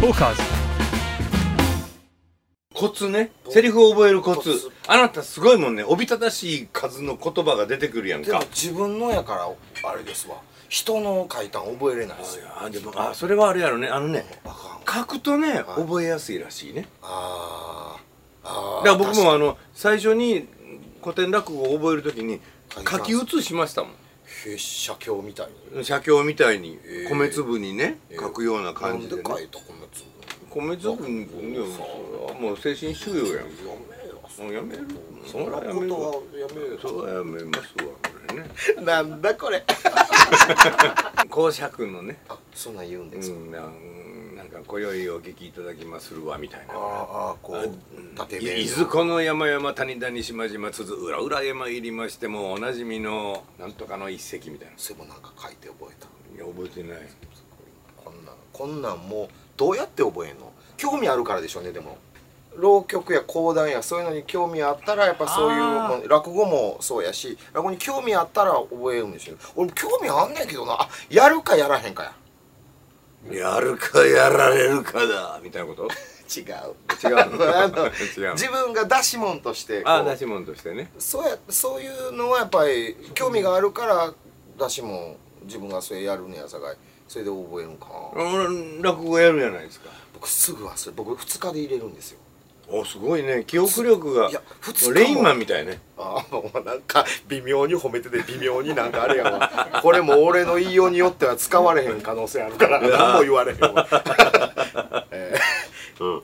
トーカーズコツねセリフを覚えるコツあなたすごいもんねおびただしい数の言葉が出てくるやんでもか自分のやからあれですわ人の書いたん覚えれないですよあでもあそれはあれやろねあのねあかん書くとね、い覚えやすいらしいねあーだあから僕もああの最初に古典落語を覚えるときに書き書ますき写しましたも筆写経みたいにん写経みたいにえー米粒にね、えー書くようなな感んじでで,、書ね、いたこのつ米粒にいやそれはもう精神収容やんやめよもうやめるそんなことはやめよそれはやめますわこれねなん だこれ講釈のねあそんなん言うんうですか、ん、なんなんか今宵お聞きいただきまするわみたいなあーあーこあう縦い面伊豆湖の山々谷々島々つづ浦々山入りましてもおなじみのなんとかの一席みたいなそれもなんか書いて覚えたいや覚えてないこんなんこんなんもうどうやって覚えんの興味あるからでしょうねでも浪曲や講談やそういうのに興味あったらやっぱそういうあーもう落語もそうやし落語に興味あったら覚えるんですよ俺興味あんねんけどなあやるかやらへんかややるかやられるかだみたいなこと 違う違うあ の違う 自分が出し物としてこうああ出し物としてねそうやそういうのはやっぱり興味があるから出し物自分がそれやるねやさかいそれで覚えるんかな、うん落語やるじゃないですか僕すぐ忘れ僕2日で入れるんですよおすごいね記憶力がいや二日もレインマンみたいねああもうなんか微妙に褒めてて微妙になんかあれやわこれも俺の言いようによっては使われへん可能性あるからいやー何も言われへん わ、えーうん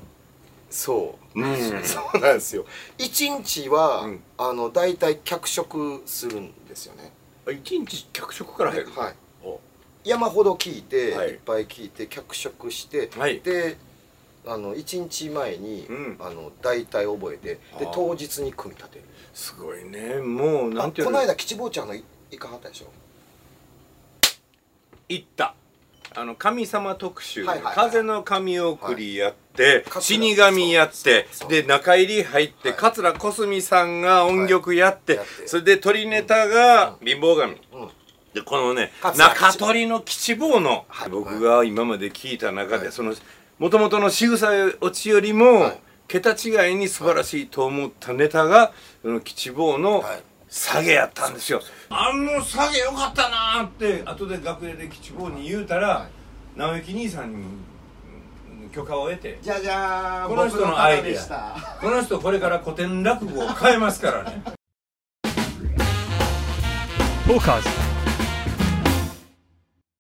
そう、うん そうなんですよ一日は、うんあの大体脚色するんですよね一日脚色から入るはいお山ほど聞いて、はいい、っぱい聞いて脚色して、はいであの1日前に、うんあの大体覚えてであー当日に組み立てるすごいねもうなあんていうこのの間吉坊ちゃんのいいかはったでしょ行ったあの神様特集、はいはいはい風の神送りやって、はい死神やってそうそうで中入り入って、はい桂小澄さんが音曲やって,、はいやってそれで鳥ネタが貧乏神、うんでこのね桂吉中鳥の吉坊の、はい僕が今まで聞いた中で、はいそのもともとの仕草落ちよりも、はい桁違いに素晴らしいと思ったネタがその吉坊のはい下げやったんですよ、あの下げよかったなーって後で楽屋で吉坊に言うたら、直行兄さんにうん許可を得てじゃじゃーんこの人僕のアイ方でデしたアこの人これから古典落語を変えますからねトーカーズ